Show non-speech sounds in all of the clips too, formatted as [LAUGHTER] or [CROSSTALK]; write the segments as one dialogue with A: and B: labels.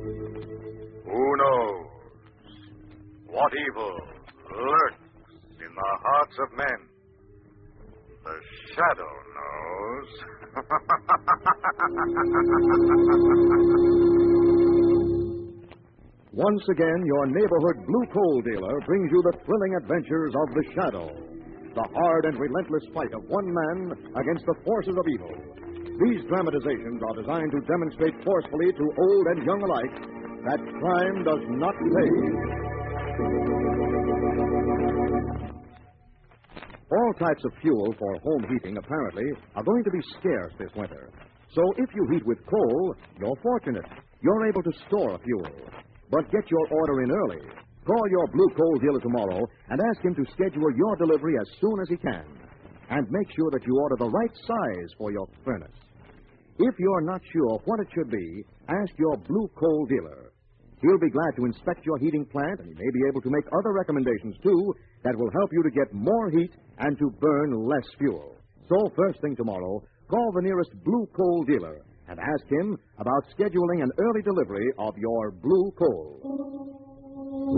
A: Who knows what evil lurks in the hearts of men? The shadow knows.
B: Once again, your neighborhood blue coal dealer brings you the thrilling adventures of the Shadow, the hard and relentless fight of one man against the forces of evil. These dramatizations are designed to demonstrate forcefully to old and young alike that crime does not pay. All types of fuel for home heating, apparently, are going to be scarce this winter. So if you heat with coal, you're fortunate. You're able to store fuel. But get your order in early. Call your blue coal dealer tomorrow and ask him to schedule your delivery as soon as he can. And make sure that you order the right size for your furnace. If you're not sure what it should be, ask your blue coal dealer. He'll be glad to inspect your heating plant, and he may be able to make other recommendations, too, that will help you to get more heat and to burn less fuel. So, first thing tomorrow, call the nearest blue coal dealer and ask him about scheduling an early delivery of your blue coal.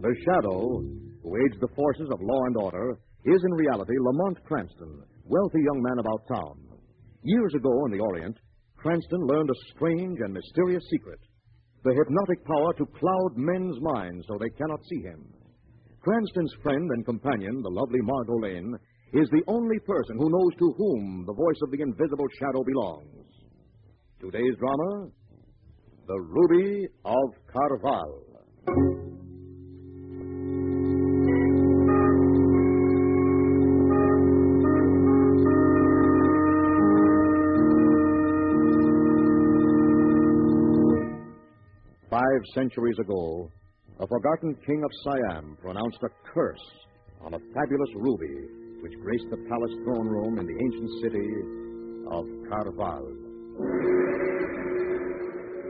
B: The Shadow, who aids the forces of law and order, is in reality Lamont Cranston, wealthy young man about town. Years ago in the Orient, Cranston learned a strange and mysterious secret the hypnotic power to cloud men's minds so they cannot see him. Cranston's friend and companion, the lovely Margot Lane, is the only person who knows to whom the voice of the invisible shadow belongs. Today's drama The Ruby of Carval. Five centuries ago, a forgotten king of Siam pronounced a curse on a fabulous ruby which graced the palace throne room in the ancient city of Carval.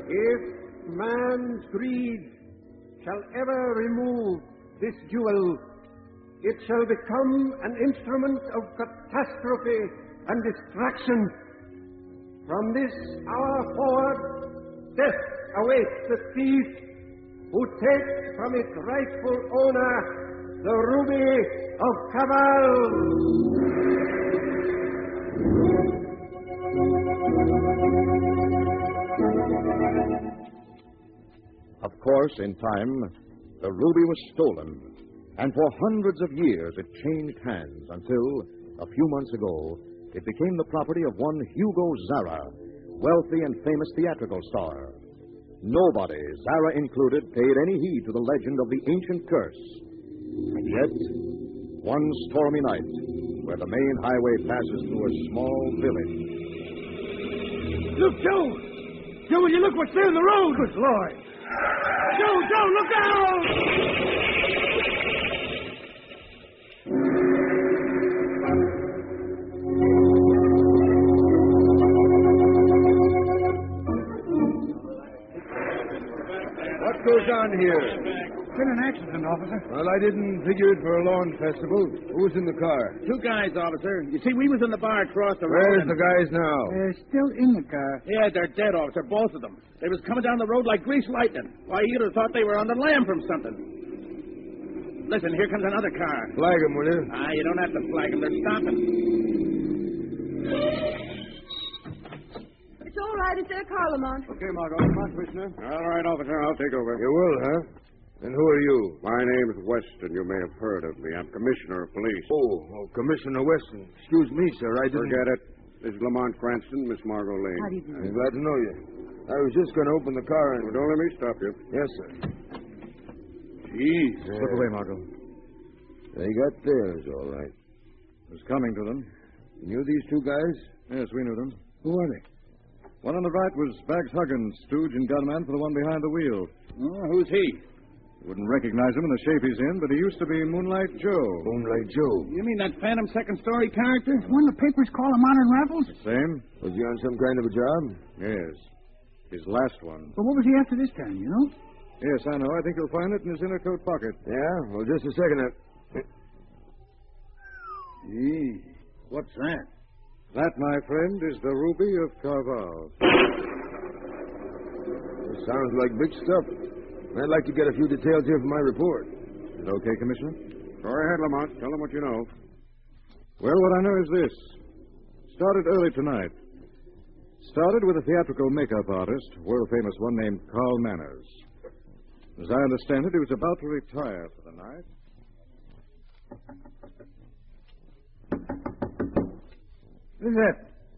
C: If man's greed shall ever remove this jewel, it shall become an instrument of catastrophe and destruction. From this hour forward, death awaits the thief who takes from its rightful owner the ruby of Cabal.
B: Of course, in time, the ruby was stolen, and for hundreds of years it changed hands until, a few months ago, it became the property of one Hugo Zara, wealthy and famous theatrical star. Nobody, Zara included, paid any heed to the legend of the ancient curse. And yet, one stormy night, where the main highway passes through a small village,
C: Look, Joe! Joe, will you look what's there in the road? Good Lord! Joe, Joe, look out!
D: What goes on here?
C: It's been an accident, officer.
D: Well, I didn't figure it for a lawn festival. Who's in the car?
E: Two guys, officer. You see, we was in the bar across the
D: Where's
E: road.
D: the guys now?
C: They're still in the car.
E: Yeah, they're dead, officer, both of them. They was coming down the road like greased lightning. Why, you'd have thought they were on the lam from something. Listen, here comes another car.
D: Flag 'em, will you?
E: Ah, you don't have to flag 'em. They're stopping.
F: It's all right. It's their car, Lamont.
D: Okay, Margot. Come on, Commissioner.
A: All right, officer, I'll take over.
D: You will, huh? And who are you?
A: My name's Weston. You may have heard of me. I'm commissioner of police.
D: Oh, oh, Commissioner Weston. Excuse me, sir. I didn't.
A: Forget it. This is Lamont Cranston, Miss Margot Lane.
F: How do you do?
D: I'm glad to know you. I was just going to open the car
A: Well,
D: and.
A: don't let me stop you.
D: Yes, sir.
A: Jeez.
D: Slip away, Margot.
A: They got theirs, all right.
D: It was coming to them.
A: You knew these two guys?
D: Yes, we knew them. Who are they?
G: One on the right was Bags Huggins, stooge and gunman for the one behind the wheel.
H: Oh, who's he?
G: You wouldn't recognize him in the shape he's in, but he used to be Moonlight Joe.
C: Moonlight Joe.
H: You mean that phantom second story character?
E: When the papers call him modern rebels?
G: Same?
C: Was he on some kind of a job?
G: Yes. His last one.
E: But what was he after this time, you know?
G: Yes, I know. I think you'll find it in his inner coat pocket.
C: Yeah? Well, just a second. Uh, I...
H: Gee, what's that?
G: That, my friend, is the ruby of Carval.
C: This sounds like big stuff. I'd like to get a few details here from my report.
G: Is it okay, Commissioner?
I: Go ahead, Lamont. Tell them what you know.
G: Well, what I know is this. Started early tonight. Started with a theatrical makeup artist, world famous one named Carl Manners. As I understand it, he was about to retire for the night.
J: Who's that?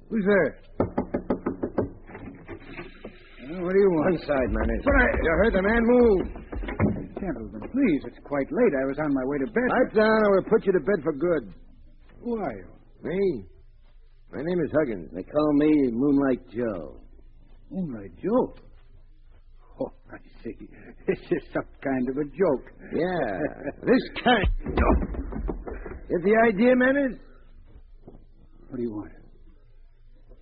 J: Who's there? Well, what do you want?
C: One side, Manners.
J: But I... You heard the man move.
E: Gentlemen, please, it's quite late. I was on my way to bed.
C: Pipe down or we'll put you to bed for good.
E: Who are you?
C: Me? My name is Huggins.
B: They call me Moonlight Joe.
E: Moonlight Joe? Oh, I see. This is some kind of a joke.
C: Yeah,
J: [LAUGHS]
C: this kind. Get the idea, Manners?
E: What do you want?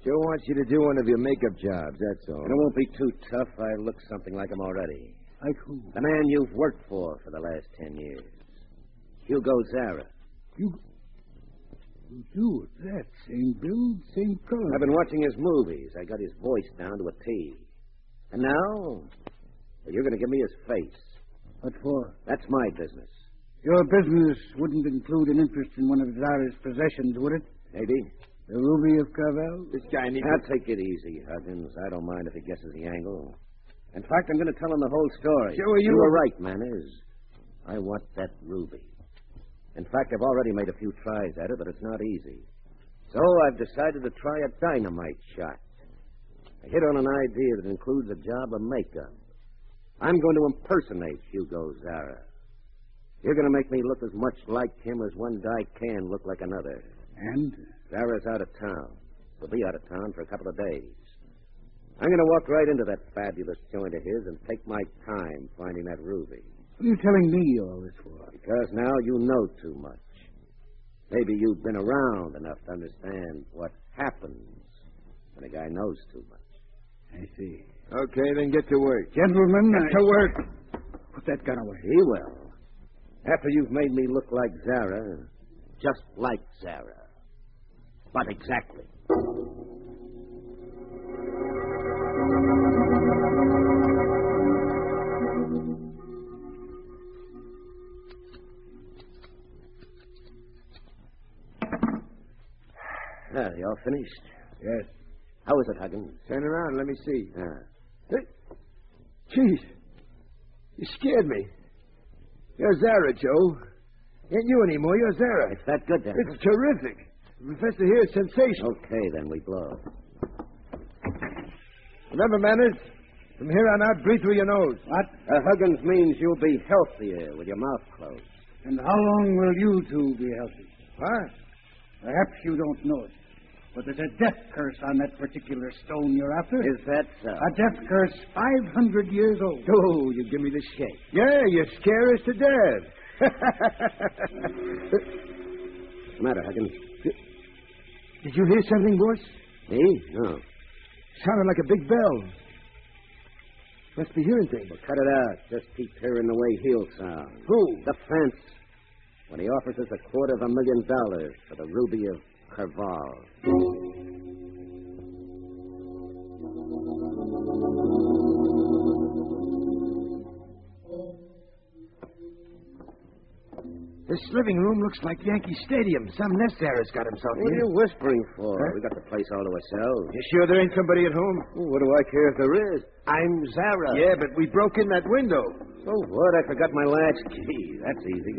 C: Joe wants you to do one of your makeup jobs, that's all.
B: And it won't be too tough. I look something like him already.
E: Like who?
B: The man you've worked for for the last ten years. Hugo Zara.
E: You. You do it. That same build, same color.
B: I've been watching his movies. I got his voice down to a T. And now, well, you're going to give me his face.
E: What for?
B: That's my business.
E: Your business wouldn't include an interest in one of Zara's possessions, would it?
B: Maybe.
E: The ruby of Carvel?
C: This guy needs.
B: Now, take it easy, Huggins. I don't mind if he guesses the angle. In fact, I'm going to tell him the whole story.
E: Sure, you-
B: were right, Manners. I want that ruby. In fact, I've already made a few tries at it, but it's not easy. So I've decided to try a dynamite shot. I hit on an idea that includes a job of makeup. I'm going to impersonate Hugo Zara. You're going to make me look as much like him as one guy can look like another.
E: And?
B: Zara's out of town. Will be out of town for a couple of days. I'm going to walk right into that fabulous joint of his and take my time finding that ruby.
E: What are you telling me all this for?
B: Because now you know too much. Maybe you've been around enough to understand what happens when a guy knows too much.
E: I see.
C: Okay, then get to work.
E: Gentlemen,
J: Get to work.
E: put that gun away.
B: He will. After you've made me look like Zara, just like Zara. But exactly. Ah, you all finished?
E: Yes.
B: How is it, Huggins?
C: Turn around, let me see.
B: Ah,
C: Jeez, you scared me. You're Zara, Joe. Ain't you anymore, you're Zara.
B: it's that good then. huh?
C: It's terrific. Professor here is sensational.
B: Okay, then we blow.
C: Remember, Manners, from here on out, breathe through your nose.
E: What?
B: Uh, Huggins means you'll be healthier with your mouth closed.
E: And how long will you two be healthy?
C: What?
E: Perhaps you don't know it, but there's a death curse on that particular stone you're after.
B: Is that so?
E: A death curse 500 years old.
C: Oh, you give me the shake. Yeah, you scare us to [LAUGHS] death.
B: What's the matter, Huggins?
C: Did you hear something, boss?
B: Me? No.
C: Sounded like a big bell. Must be hearing things.
B: Well, cut it out. Just keep hearing the way he'll sound.
C: Who?
B: The fence. When he offers us a quarter of a million dollars for the ruby of Carval.
C: This living room looks like Yankee Stadium. Some nest era's got himself
B: What are
C: in.
B: you whispering for?
C: Huh?
B: We got the place all to ourselves.
C: You sure there ain't somebody at home?
B: Well, what do I care if there is? I'm Zara.
C: Yeah, but we broke in that window.
B: So what? I forgot my latch key. That's easy.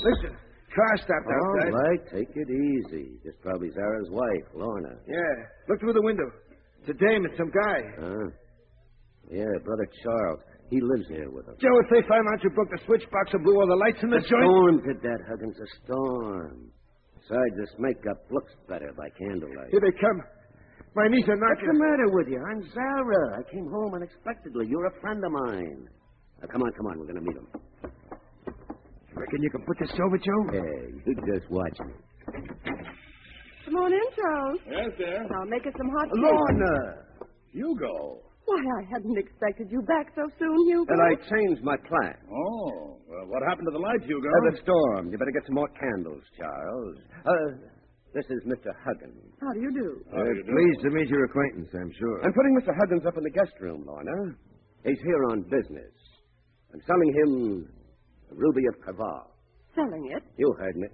C: Listen, car stopped outside.
B: All right, take it easy. This probably Zara's wife, Lorna.
C: Yeah, look through the window. It's a dame and some guy.
B: Huh? Yeah, brother Charles. He lives here with us.
C: Joe, if they find out you broke the switch box and blew all the lights in the,
B: The
C: joint.
B: storm did that, Huggins. A storm. Besides, this makeup looks better by candlelight.
C: Here they come.
K: My niece and
C: What's the matter with you? I'm Zara. I came home unexpectedly. You're a friend of mine. Now, come on, come on. We're going to meet him.
K: Reckon you can put this over, Joe?
C: Hey, you just watch me.
L: Come on in, Charles.
E: Yes, dear.
L: I'll make us some hot cakes.
C: Lorna!
E: Hugo.
L: Why, I hadn't expected you back so soon, Hugo.
C: And I changed my plan.
E: Oh, well, what happened to the light, Hugo?
C: Uh, the storm. You better get some more candles, Charles. Uh, this is Mr. Huggins. Uh,
L: How do you do?
E: How do you do?
K: Pleased to meet your acquaintance, I'm sure.
C: I'm putting Mr. Huggins up in the guest room, Lorna. He's here on business. I'm selling him the Ruby of Caval.
L: Selling it?
C: You heard me.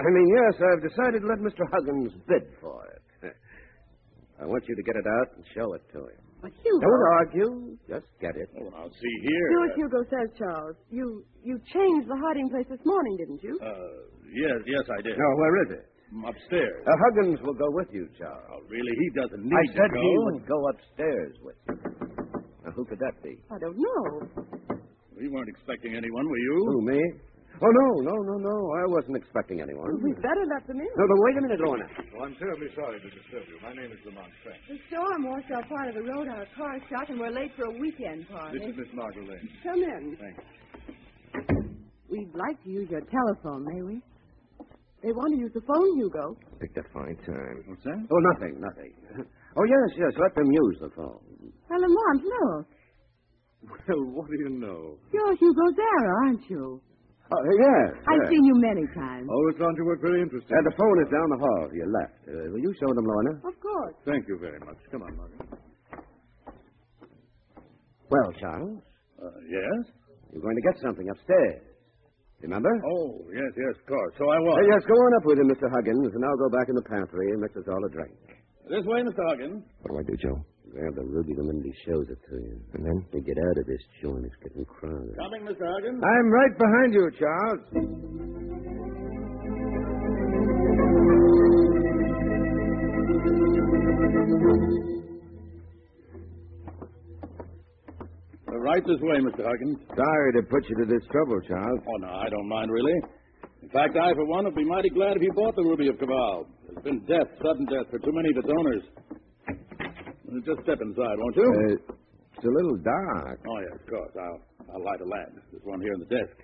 C: I mean, yes, I've decided to let Mr. Huggins bid for it. I want you to get it out and show it to him.
L: But Hugo.
C: Don't argue. Just get it.
E: Oh, now, see here.
L: Do as
M: Uh,
L: Hugo says, Charles. You you changed the hiding place this morning, didn't you?
E: Uh, yes, yes, I did.
C: No, where is it?
E: I'm upstairs.
C: Uh, Huggins will go with you, Charles.
E: Oh, really, he doesn't need
C: I
E: to
C: said
E: go.
C: he would go upstairs with you. Now, who could that be?
L: I don't know.
E: We weren't expecting anyone, were you?
C: Who, me? Oh, no, no, no, no. I wasn't expecting anyone.
L: We'd better let them in.
C: No, but wait a minute, Lorna.
M: Oh, I'm terribly sorry to disturb you. My name is Lamont Frank.
L: The storm washed out part of the road, our car shot, and we're late for a weekend party.
M: This is Miss Margot Lane.
L: Come in.
M: Thanks.
L: We'd like to use your telephone, may we? They want to use the phone, Hugo.
C: Picked a fine time.
M: What's that?
C: Oh, nothing, nothing. Oh, yes, yes, let them use the phone.
L: Well, Lamont, look.
M: Well, what do you know?
L: You're Hugo Zara, aren't you?
C: Oh, yes.
L: I've
C: yes.
L: seen you many times.
M: Always found your work very interesting.
C: Uh, the phone is down the hall to your left. Uh, will you show them, Lorna?
L: Of course.
M: Thank you very much. Come on, Margot.
C: Well, Charles,
E: Uh, yes?
C: you're going to get something upstairs. Remember?
E: Oh, yes, yes, of course. So I was.
C: Uh, yes, go on up with him, Mr. Huggins, and I'll go back in the pantry and mix us all a drink.
E: This way, Mr. Huggins.
C: What do I do, Joe? Grab the ruby the minute he shows it to you. And then? We get out of this joint. It's getting crowded.
E: Coming, Mr. Huggins.
K: I'm right behind you, Charles.
E: Uh, right this way, Mr. Huggins.
K: Sorry to put you to this trouble, Charles.
E: Oh, no, I don't mind, really. In fact, I, for one, would be mighty glad if you bought the Ruby of Cabal. There's been death, sudden death, for too many of its owners. Uh, Just step inside, won't you?
K: Uh, it's a little dark.
E: Oh, yes, of course. I'll, I'll light a lamp. There's one here in the desk.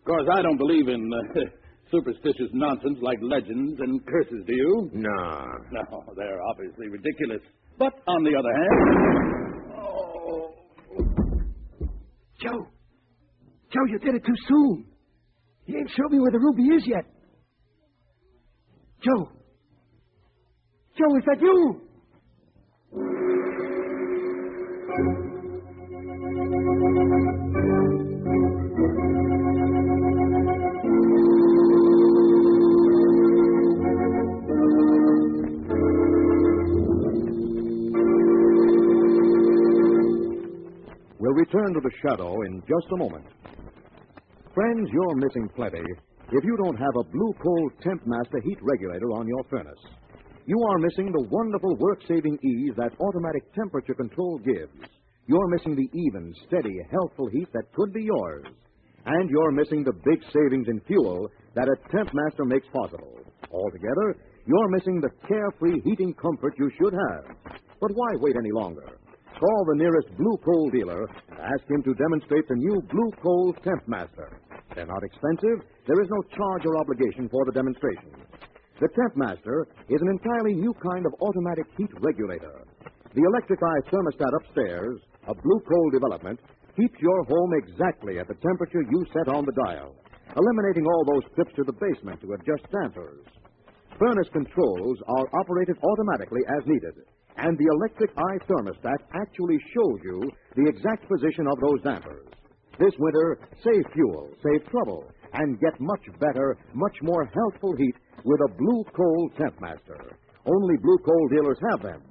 E: Of course, I don't believe in uh, [LAUGHS] superstitious nonsense like legends and curses, do you?
K: No.
E: No, they're obviously ridiculous. But on the other hand. Oh.
K: Joe. Joe, you did it too soon. You ain't showed me where the ruby is yet. Joe. Joe, is that you?
B: We'll return to the shadow in just a moment. Friends, you're missing plenty if you don't have a Blue Coal Tempmaster heat regulator on your furnace. You are missing the wonderful work saving ease that automatic temperature control gives. You're missing the even, steady, healthful heat that could be yours. And you're missing the big savings in fuel that a Tempmaster makes possible. Altogether, you're missing the carefree heating comfort you should have. But why wait any longer? Call the nearest Blue Coal dealer and ask him to demonstrate the new Blue Coal Tempmaster. They're not expensive. There is no charge or obligation for the demonstration. The Tempmaster is an entirely new kind of automatic heat regulator. The electric-eyed thermostat upstairs, a Blue Coal development, keeps your home exactly at the temperature you set on the dial, eliminating all those trips to the basement to adjust dampers. Furnace controls are operated automatically as needed, and the electric eye thermostat actually shows you the exact position of those dampers. This winter, save fuel, save trouble, and get much better, much more healthful heat with a Blue Coal Tempmaster. Only Blue Coal dealers have them.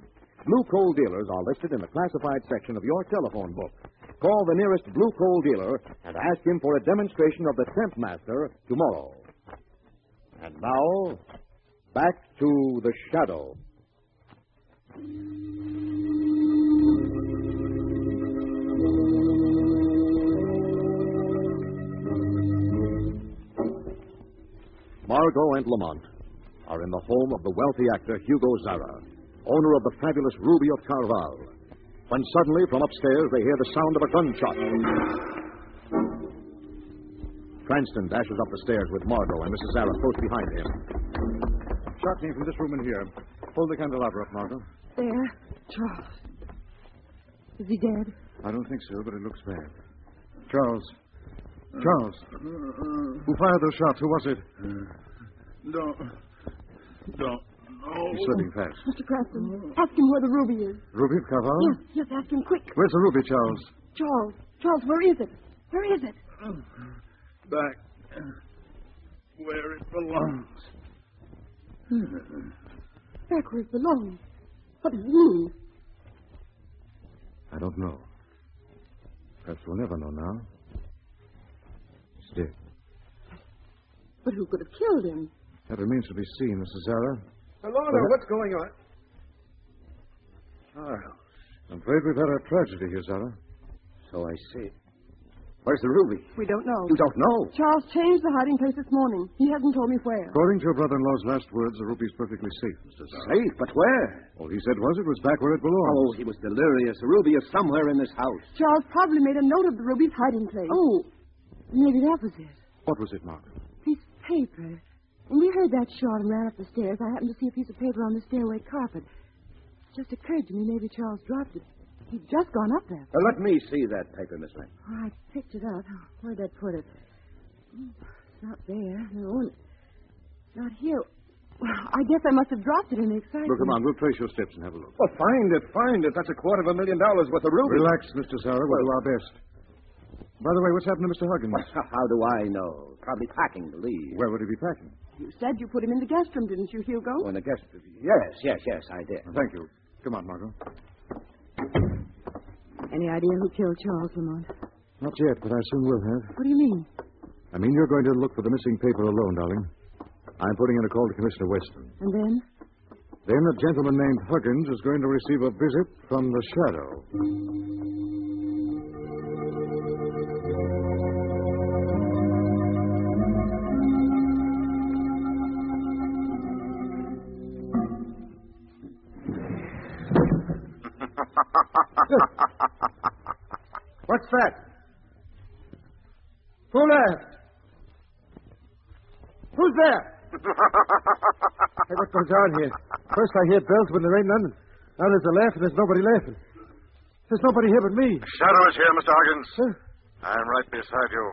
B: Blue Coal dealers are listed in the classified section of your telephone book. Call the nearest Blue Coal dealer and ask him for a demonstration of the Tempmaster tomorrow. And now, back to the shadow. Margot and Lamont are in the home of the wealthy actor Hugo Zara,
N: owner of the fabulous Ruby of Carval. When suddenly, from upstairs, they hear the sound of a gunshot. Cranston dashes up the stairs with Margot and Mrs. Zara close behind him.
B: Shot came from this room in here. Hold the candelabra up, Margot.
L: There. Charles. Is he dead?
B: I don't think so, but it looks bad. Charles. Charles. Who fired those shots? Who was it?
O: No. No. No.
B: He's slipping fast.
L: Mr. Preston, ask him where the ruby is.
B: Ruby of Carval?
L: Yes, yes, ask him quick.
B: Where's the ruby, Charles?
L: Charles, Charles, where is it? Where is it?
O: Back where it belongs.
L: Back where it belongs. What does it mean?
B: I don't know. Perhaps we'll never know now. He's dead.
L: But who could have killed him?
B: That remains to be seen, Mrs. Zara.
C: Alona,
B: Well,
C: what's going on?
E: uh, Ah.
B: Charles. I'm afraid we've had a tragedy here, Zara.
E: So I see. Where's the ruby?
L: We don't know.
E: You don't know.
L: Charles changed the hiding place this morning. He hasn't told me where.
B: According to your brother-in-law's last words, the ruby's perfectly safe, Mr. Zara.
E: Safe, but where?
B: All he said was it was back where it
E: Oh,
B: belongs.
E: he was delirious. The ruby is somewhere in this house.
L: Charles probably made a note of the ruby's hiding place. Oh, maybe that was it.
B: What was it, Margaret?
L: Piece of paper. When we heard that shot and ran up the stairs, I happened to see a piece of paper on the stairway carpet. It just occurred to me maybe Charles dropped it. He'd just gone up there.
E: Uh, let me see that paper, Miss Lane.
L: Oh, I picked it up. Where'd I put it? Hmm, It's not there. No, and it's not here. Well, I guess I must have dropped it in the excitement.
B: Well, come on, we'll trace your steps and have a look.
C: Well, find it, find it. That's a quarter of a million dollars worth of rubies.
B: Relax, Mr. Zara. We'll do our best. By the way, what's happened to Mr. Huggins?
E: How do I know? Probably packing to leave.
B: Where would he be packing?
L: You said you put him in the guest room, didn't you, Hugo?
E: Oh, in the guest. Yes, yes, yes, I did.
B: Thank you. Come on, Margot.
L: Any idea who killed Charles Lamont?
B: Not yet, but I soon will have.
L: What do you mean?
B: I mean, you're going to look for the missing paper alone, darling. I'm putting in a call to Commissioner Weston.
L: And then?
B: Then a gentleman named Huggins is going to receive a visit from the shadow.
C: What's that? Who laughed? Who's there?
P: Hey, what goes on here? First I hear bells when there ain't none. Now there's a laugh and there's nobody laughing. There's nobody here but me.
A: Shadow is here, Mr. Huggins.
P: Sir?
A: I'm right beside you.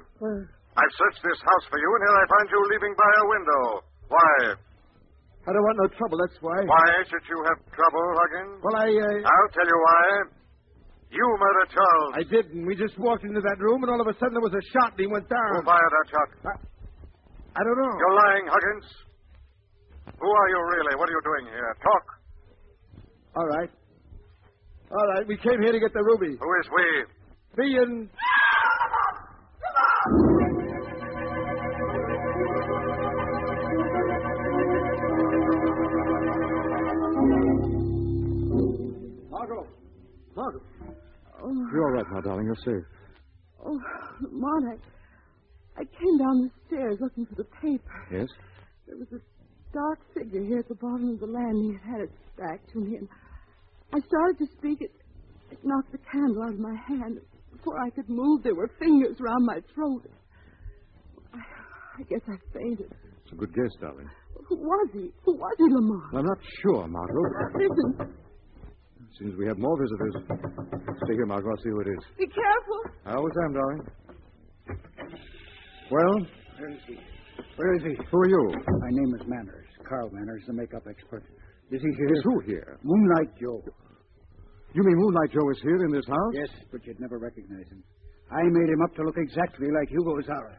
A: I've searched this house for you, and here I find you leaving by a window. Why?
P: I don't want no trouble, that's why.
A: Why should you have trouble, Huggins?
P: Well, I, uh,
A: I'll tell you why. You murdered Charles.
P: I didn't. We just walked into that room, and all of a sudden there was a shot, and he went
A: Who
P: down.
A: fired that shot?
P: I don't know.
A: You're lying, Huggins. Who are you really? What are you doing here? Talk.
P: All right. All right, we came here to get the ruby.
A: Who is we?
P: Me and...
C: Margot.
P: Margot.
L: Oh,
B: You're all right now, darling. You're safe.
L: oh Lamont, I, I came down the stairs looking for the paper.
B: Yes?
L: There was a dark figure here at the bottom of the landing. It had its back to me, and I started to speak. It, it knocked the candle out of my hand. Before I could move, there were fingers round my throat. I, I guess I fainted.
B: It's a good guess, darling.
L: Who was he? Who was he, Lamont?
B: I'm not sure, Margot.
L: Listen,
B: Seems we have more visitors. Stay here, Margot. I'll see who it is.
L: be careful.
B: I always am, darling. Well,
C: Where is he? Where is he?
B: who are you?
C: My name is Manners. Carl Manners, the makeup expert. Is he here?
B: Is who here?
C: Moonlight Joe.
B: You mean Moonlight Joe is here in this house?
C: Yes, but you'd never recognize him. I made him up to look exactly like Hugo Zara.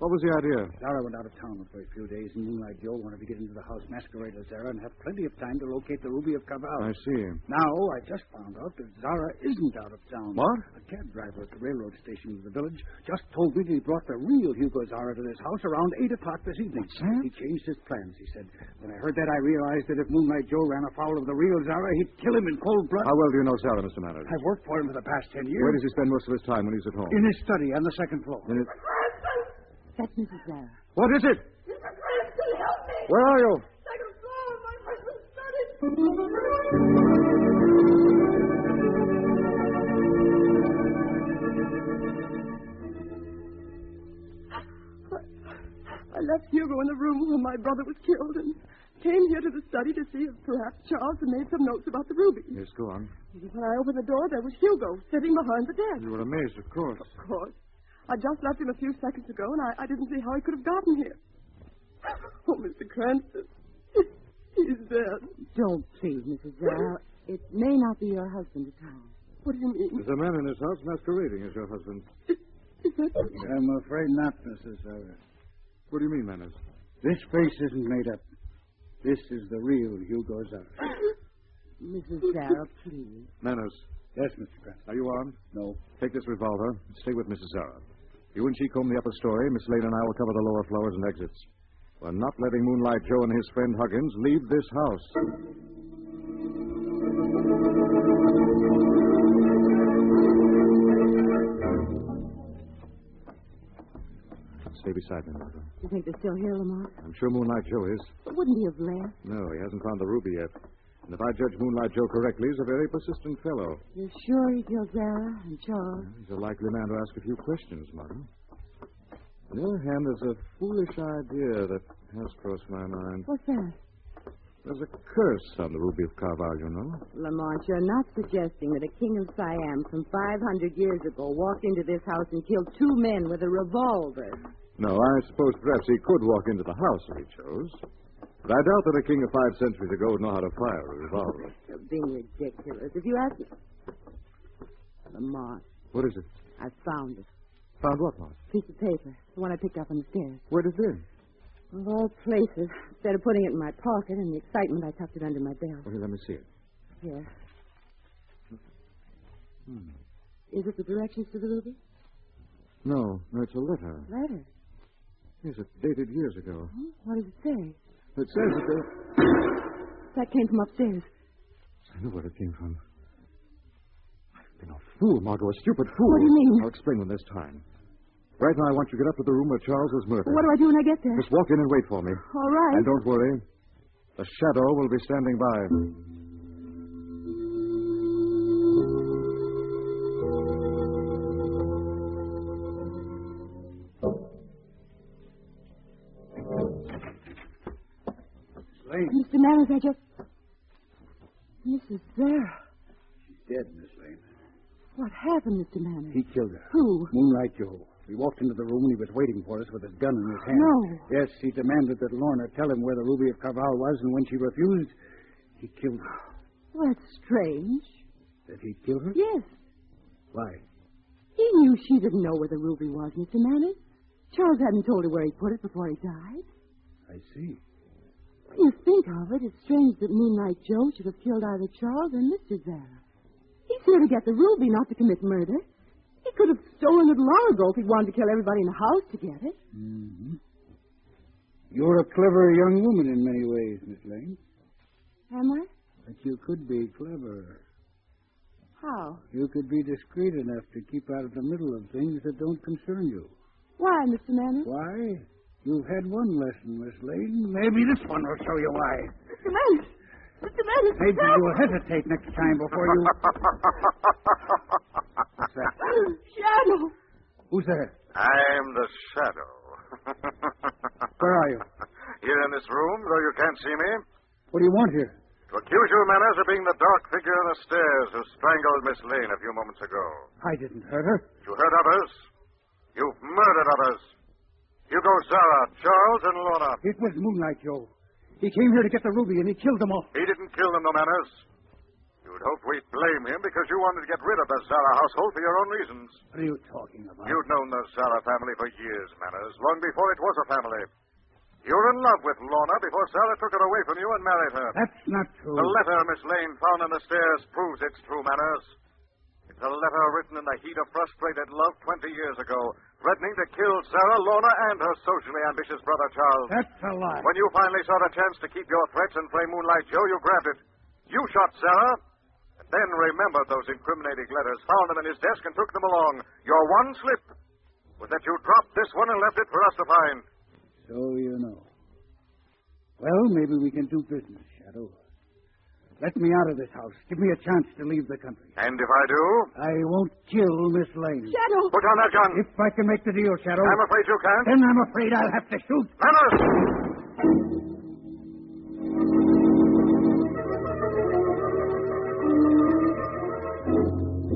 B: What was the idea?
C: Zara went out of town for a few days, and Moonlight Joe wanted to get into the house, masquerade as Zara, and have plenty of time to locate the ruby of Carval.
B: I see.
C: Now, I just found out that Zara isn't out of town.
B: What?
C: A cab driver at the railroad station of the village just told me that he brought the real Hugo Zara to this house around 8 o'clock this evening. He changed his plans, he said. When I heard that, I realized that if Moonlight Joe ran afoul of the real Zara, he'd kill him in cold blood.
B: How well do you know Sarah, Mr. Manners?
C: I've worked for him for the past 10 years.
B: Where does he spend most of his time when he's at home?
C: In his study on the second floor.
B: In his...
L: That's Mrs. Zara.
B: What is it?
Q: Mr. Cranston, help me!
B: Where are you?
Q: Second floor of my husband's study.
R: left Hugo in the room where my brother was killed and came here to the study to see if perhaps Charles had made some notes about the ruby.
B: Yes, go on.
R: When I opened the door, there was Hugo sitting behind the desk.
B: You were amazed, of course.
R: Of course. I just left him a few seconds ago, and I, I didn't see how he could have gotten here. Oh, Mr. Cranston. He's dead.
L: Don't please, Mrs. Dow. It may not be your husband at all.
R: What do you mean?
B: There's a man in this house masquerading as your husband.
C: I'm afraid not, Mrs. Sarah.
B: What do you mean, Manners?
C: This face isn't made up. This is the real Hugo Zara.
L: Mrs. Dow, please.
B: Manners.
C: Yes, Mr. Cranston.
B: Are you armed?
C: No.
B: Take this revolver and stay with Mrs. Zara. You and she comb the upper story. Miss Lane and I will cover the lower floors and exits. We're not letting Moonlight Joe and his friend Huggins leave this house. Stay beside me, Margot.
L: You think they're still here, Lamont?
B: I'm sure Moonlight Joe is.
L: But wouldn't he have left?
B: No, he hasn't found the ruby yet. And if I judge Moonlight Joe correctly, he's a very persistent fellow.
L: You're sure he killed Zara and Charles?
B: He's a likely man to ask a few questions, Margot. On the other hand, there's a foolish idea that has crossed my mind.
L: What's that?
B: There's a curse on the Ruby of Carval, you know.
L: Lamont, you're not suggesting that a king of Siam from 500 years ago walked into this house and killed two men with a revolver.
B: No, I suppose perhaps he could walk into the house if he chose. But I doubt that a king of five centuries ago would know how to fire a revolver.
L: You're being ridiculous. If you ask me. Lamont,
B: What is it?
L: I found it.
B: Found what, Margot?
L: Piece of paper. The one I picked up on the stairs.
B: Where did it in?
L: Of all places. Instead of putting it in my pocket in the excitement, I tucked it under my belt.
B: Well, here, let me see it.
L: Here.
B: Hmm.
L: Is it the directions to the ruby?
B: No, no, it's a letter.
L: Letter.
B: Yes, it's dated years ago.
L: Hmm? What does it say?
B: It says that there...
L: That came from upstairs.
B: I know where it came from. I've been a fool, Margot, a stupid fool.
L: What do you mean?
B: I'll explain when there's time. Right now, I want you to get up to the room where Charles was murdered.
L: What do I do when I get there?
B: Just walk in and wait for me.
L: All right.
B: And don't worry. The shadow will be standing by.
C: Lane.
L: Mr. Manners, I just. Mrs. Vera.
C: Dead, Miss Lane.
L: What happened, Mr. Manners?
C: He killed her.
L: Who?
C: Moonlight Joe. We walked into the room and he was waiting for us with his gun in his hand.
L: No.
C: Yes, he demanded that Lorna tell him where the Ruby of Carval was, and when she refused, he killed her.
L: Well, that's strange.
C: Did he kill her?
L: Yes.
C: Why?
L: He knew she didn't know where the ruby was, Mr. Manners. Charles hadn't told her where he put it before he died.
C: I see.
L: When you think of it, it's strange that Moonlight Joe should have killed either Charles and Mr. Zara. He's here to get the ruby, not to commit murder. He could have stolen it long ago if he'd wanted to kill everybody in the house to get it.
C: hmm You're a clever young woman in many ways, Miss Lane.
L: Am I?
C: But you could be clever.
L: How?
C: You could be discreet enough to keep out of the middle of things that don't concern you.
L: Why, Mr. Manners?
C: Why? You've had one lesson, Miss Lane. Maybe this one will show you why.
L: Mr. Manners! Mr. Manners!
C: Maybe you'll hesitate next time before [LAUGHS] you. What's that?
L: [GASPS] Shadow!
C: Who's there?
A: I'm the shadow. [LAUGHS]
C: Where are you?
A: Here in this room, though you can't see me,
C: What do you want here?
A: to accuse you, Manners, of being the dark figure on the stairs who strangled Miss Lane a few moments ago.
C: I didn't hurt her.
A: You hurt others. You've murdered others. Hugo Zara, Charles, and Lorna.
C: It was Moonlight Joe. He came here to get the ruby and he killed them all.
A: He didn't kill them, though, Manners. You'd hope we'd blame him because you wanted to get rid of the Zara household for your own reasons.
C: What are you talking about?
A: You'd known the Sarah family for years, Manners, long before it was a family. You were in love with Lorna before Sarah took her away from you and married her.
C: That's not true.
A: The letter Miss Lane found on the stairs proves it's true, Manners. It's a letter written in the heat of frustrated love 20 years ago, threatening to kill Sarah, Lorna, and her socially ambitious brother Charles.
C: That's a lie.
A: When you finally saw the chance to keep your threats and play Moonlight Joe, you grabbed it. You shot Sarah, and then remembered those incriminating letters, found them in his desk, and took them along. Your one slip was that you dropped this one and left it for us to find.
C: So you know. Well, maybe we can do business, Shadow.
S: Let me out of this house. Give me a chance to leave the country.
A: And if I do?
S: I won't kill Miss Lane.
L: Shadow!
A: Put down that gun.
S: If I can make the deal, Shadow.
A: I'm afraid you can't.
S: Then I'm afraid I'll have to shoot.
A: Manners!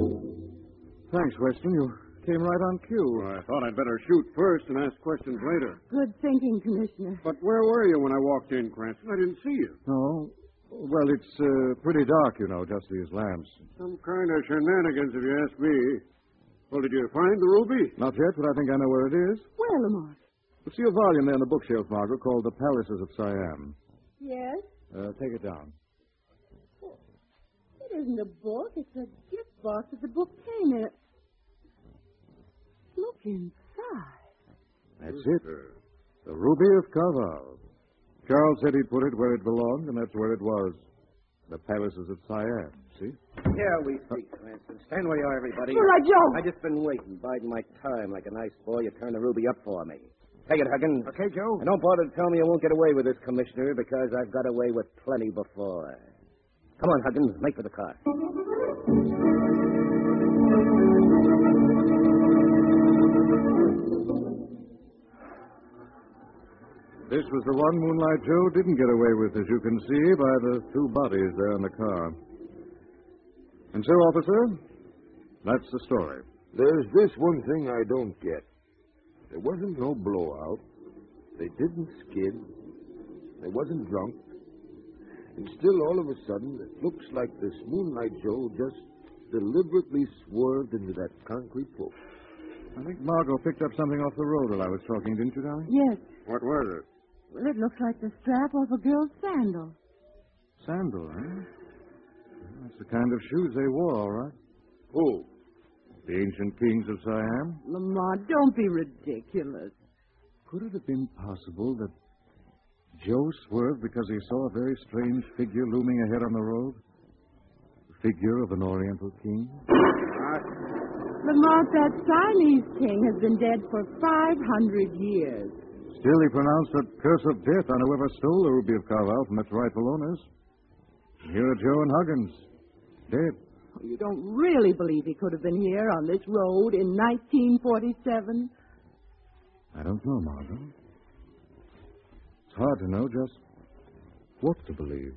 B: Thanks, Weston. You came right on cue.
T: I thought I'd better shoot first and ask questions later.
L: Good thinking, Commissioner.
T: But where were you when I walked in, Cranston? I didn't see you.
B: No. Well, it's uh, pretty dark, you know, just these lamps.
T: Some kind of shenanigans, if you ask me. Well, did you find the ruby?
B: Not yet, but I think I know where it is.
L: Where, Lamont?
B: But see a volume there on the bookshelf, Margaret, called The Palaces of Siam.
L: Yes?
B: Uh, take it down.
L: Well, it isn't a book. It's a gift box with the book came in it. Look inside.
B: That's it. The Ruby of Carval. Charles said he'd put it where it belonged, and that's where it was. The Palaces of Siam, see?
U: Here we speak, Cranston. Stand where you are, everybody.
L: All right,
U: i
L: Joe.
U: just been waiting, biding my time. Like a nice boy, you turn the ruby up for me. Take it, Huggins.
S: Okay, Joe.
U: And don't bother to tell me you won't get away with this, Commissioner, because I've got away with plenty before. Come on, Huggins, make for the car.
B: This was the one Moonlight Joe didn't get away with, as you can see by the two bodies there in the car. And so, officer, that's the story.
V: There's this one thing I don't get. There wasn't no blowout. They didn't skid. They wasn't drunk. And still, all of a sudden, it looks like this Moonlight Joe just deliberately swerved into that concrete pool.
B: I think Margot picked up something off the road while I was talking, didn't you, darling?
L: Yes.
T: What was it?
L: Well, it looks like the strap off a girl's sandal.
B: Sandal, huh? Well, That's the kind of shoes they wore, all right.
T: Who?
B: The ancient kings of Siam.
L: Lamont, don't be ridiculous.
B: Could it have been possible that Joe swerved because he saw a very strange figure looming ahead on the road? The figure of an Oriental king?
L: Lamont, that Siamese king has been dead for 500 years.
B: Still, he pronounced a curse of death on whoever stole the Ruby of Carval from its rightful owners. And Here are Joe and Huggins. Dead.
L: Oh, You don't really believe he could have been here on this road in 1947?
B: I don't know, Margot. It's hard to know just what to believe.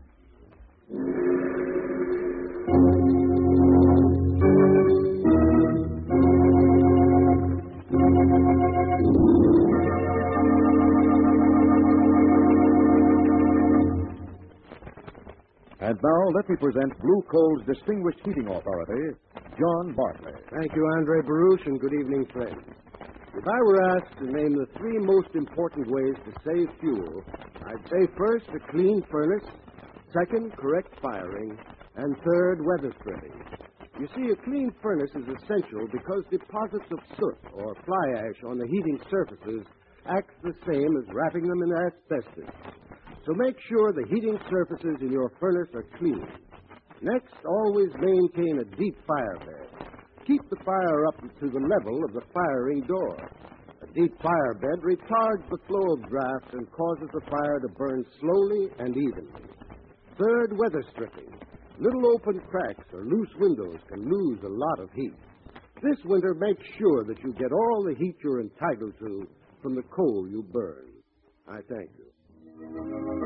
W: And now let me present Blue Coal's distinguished heating authority, John Bartley.
C: Thank you, Andre Baruch, and good evening, friends. If I were asked to name the three most important ways to save fuel, I'd say first a clean furnace, second, correct firing, and third, weather spreading. You see, a clean furnace is essential because deposits of soot or fly ash on the heating surfaces acts the same as wrapping them in asbestos. So make sure the heating surfaces in your furnace are clean. Next, always maintain a deep fire bed. Keep the fire up to the level of the firing door. A deep fire bed retards the flow of draft and causes the fire to burn slowly and evenly. Third, weather stripping. Little open cracks or loose windows can lose a lot of heat. This winter, make sure that you get all the heat you're entitled to from the coal you burn. I thank you.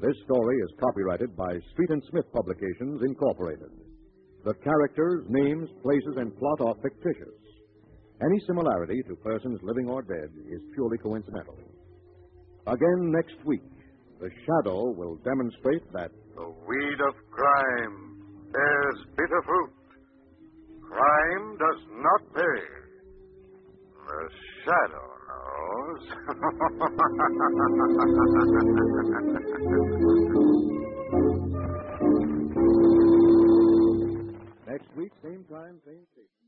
W: This story is copyrighted by Street and Smith Publications, Incorporated. The characters, names, places, and plot are fictitious. Any similarity to persons living or dead is purely coincidental. Again next week, the shadow will demonstrate that
A: The weed of crime bears bitter fruit. Crime does not pay. The shadow [LAUGHS] knows.
W: next week, same time, same station.